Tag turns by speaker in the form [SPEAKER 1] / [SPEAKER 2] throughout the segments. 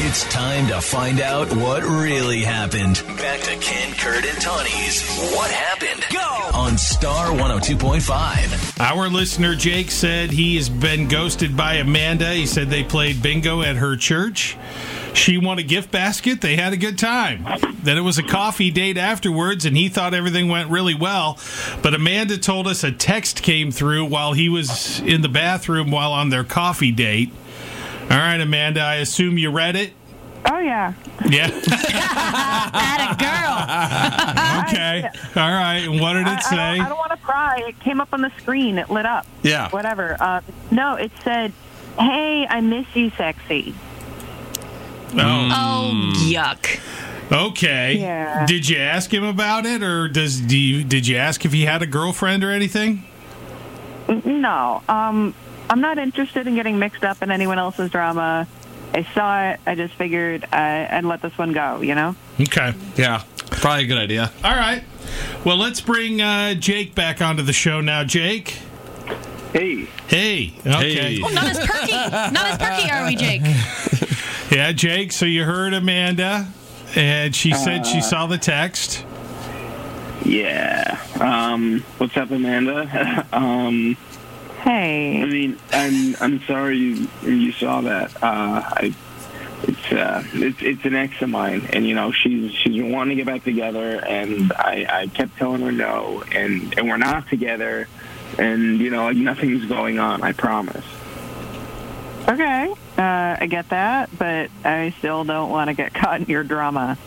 [SPEAKER 1] It's time to find out what really happened. Back to Ken, Kurt, and Tawny's What Happened? Go! On Star 102.5.
[SPEAKER 2] Our listener Jake said he has been ghosted by Amanda. He said they played bingo at her church. She won a gift basket. They had a good time. Then it was a coffee date afterwards, and he thought everything went really well. But Amanda told us a text came through while he was in the bathroom while on their coffee date. All right, Amanda, I assume you read it.
[SPEAKER 3] Oh yeah.
[SPEAKER 2] Yeah.
[SPEAKER 4] At a girl.
[SPEAKER 2] Okay. All right. And What did it
[SPEAKER 3] I, I don't-
[SPEAKER 2] say?
[SPEAKER 3] I don't want to cry. It came up on the screen. It lit up.
[SPEAKER 5] Yeah.
[SPEAKER 3] Whatever. Uh, no, it said, "Hey, I miss you, sexy."
[SPEAKER 2] Oh.
[SPEAKER 4] Oh, yuck.
[SPEAKER 2] Okay.
[SPEAKER 3] Yeah.
[SPEAKER 2] Did you ask him about it, or does do you, did you ask if he had a girlfriend or anything?
[SPEAKER 3] N- No. Um, I'm not interested in getting mixed up in anyone else's drama. I saw it. I just figured I, I'd let this one go. You know.
[SPEAKER 2] Okay.
[SPEAKER 5] Yeah. Probably a good idea.
[SPEAKER 2] All right. Well, let's bring uh, Jake back onto the show now. Jake.
[SPEAKER 6] Hey,
[SPEAKER 2] Hey. Okay.
[SPEAKER 5] Hey.
[SPEAKER 4] Not as perky. Not as perky E are we, Jake?
[SPEAKER 2] Yeah, Jake. So you heard Amanda, and she said
[SPEAKER 4] Uh.
[SPEAKER 2] she saw the text.
[SPEAKER 6] yeah. Um, what's up, Amanda? um, I
[SPEAKER 2] Mm.
[SPEAKER 3] Hey.
[SPEAKER 6] mean, I'm I'm sorry you you saw that. Uh, I it's uh it's it's an ex of mine, and you know she's she's been wanting to get back together, and I I kept telling her no, and and we're not together, and you know like nothing's going on. I promise.
[SPEAKER 3] Okay. Uh, I get that, but I still don't want to get caught in your drama.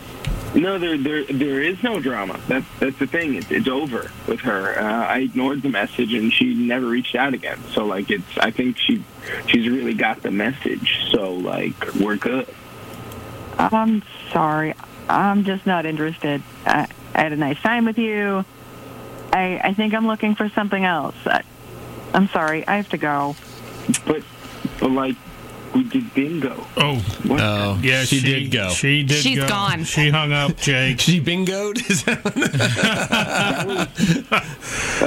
[SPEAKER 6] No, there, there, there is no drama. That's that's the thing. It's, it's over with her. Uh, I ignored the message, and she never reached out again. So like, it's. I think she, she's really got the message. So like, we're good.
[SPEAKER 3] I'm sorry. I'm just not interested. I, I had a nice time with you. I, I think I'm looking for something else. I, I'm sorry. I have to go.
[SPEAKER 6] But, but like, we did bingo.
[SPEAKER 2] Oh,
[SPEAKER 6] What?
[SPEAKER 5] Oh,
[SPEAKER 2] yeah.
[SPEAKER 5] she, did go. She,
[SPEAKER 2] She did.
[SPEAKER 4] She's
[SPEAKER 2] go.
[SPEAKER 4] gone.
[SPEAKER 2] She hung up, Jake.
[SPEAKER 5] bingoed. Is that
[SPEAKER 6] That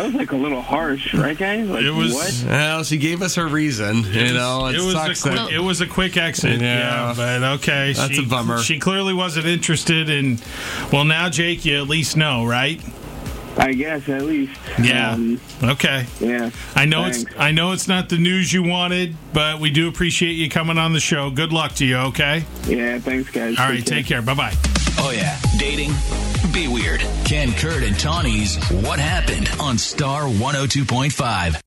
[SPEAKER 6] was like a little harsh, right, guys? Like,
[SPEAKER 2] It was-
[SPEAKER 6] What?
[SPEAKER 5] well, she gave us her reason. You know, it,
[SPEAKER 2] it was
[SPEAKER 5] sucks.
[SPEAKER 2] a
[SPEAKER 5] that-
[SPEAKER 2] quick, it was a quick exit. Yeah,
[SPEAKER 5] Yeah.
[SPEAKER 2] but okay,
[SPEAKER 5] That's
[SPEAKER 2] she-
[SPEAKER 5] a bummer.
[SPEAKER 2] She clearly wasn't interested in. Well, now Jake, you at least know, right?
[SPEAKER 6] I guess at least.
[SPEAKER 2] Yeah.
[SPEAKER 6] Um,
[SPEAKER 2] Okay.
[SPEAKER 6] yeah.
[SPEAKER 2] I know it's
[SPEAKER 6] Thanks.
[SPEAKER 2] I know it's not the news you wanted, but we do appreciate you coming on the show. Good luck to you. Okay.
[SPEAKER 6] Yeah. Thanks, guys.
[SPEAKER 2] All right. Take care. Bye bye.
[SPEAKER 1] Oh, yeah. Dating? oh Be weird. Ken, Kurt, and Tawny's What Happened on Star 102.5.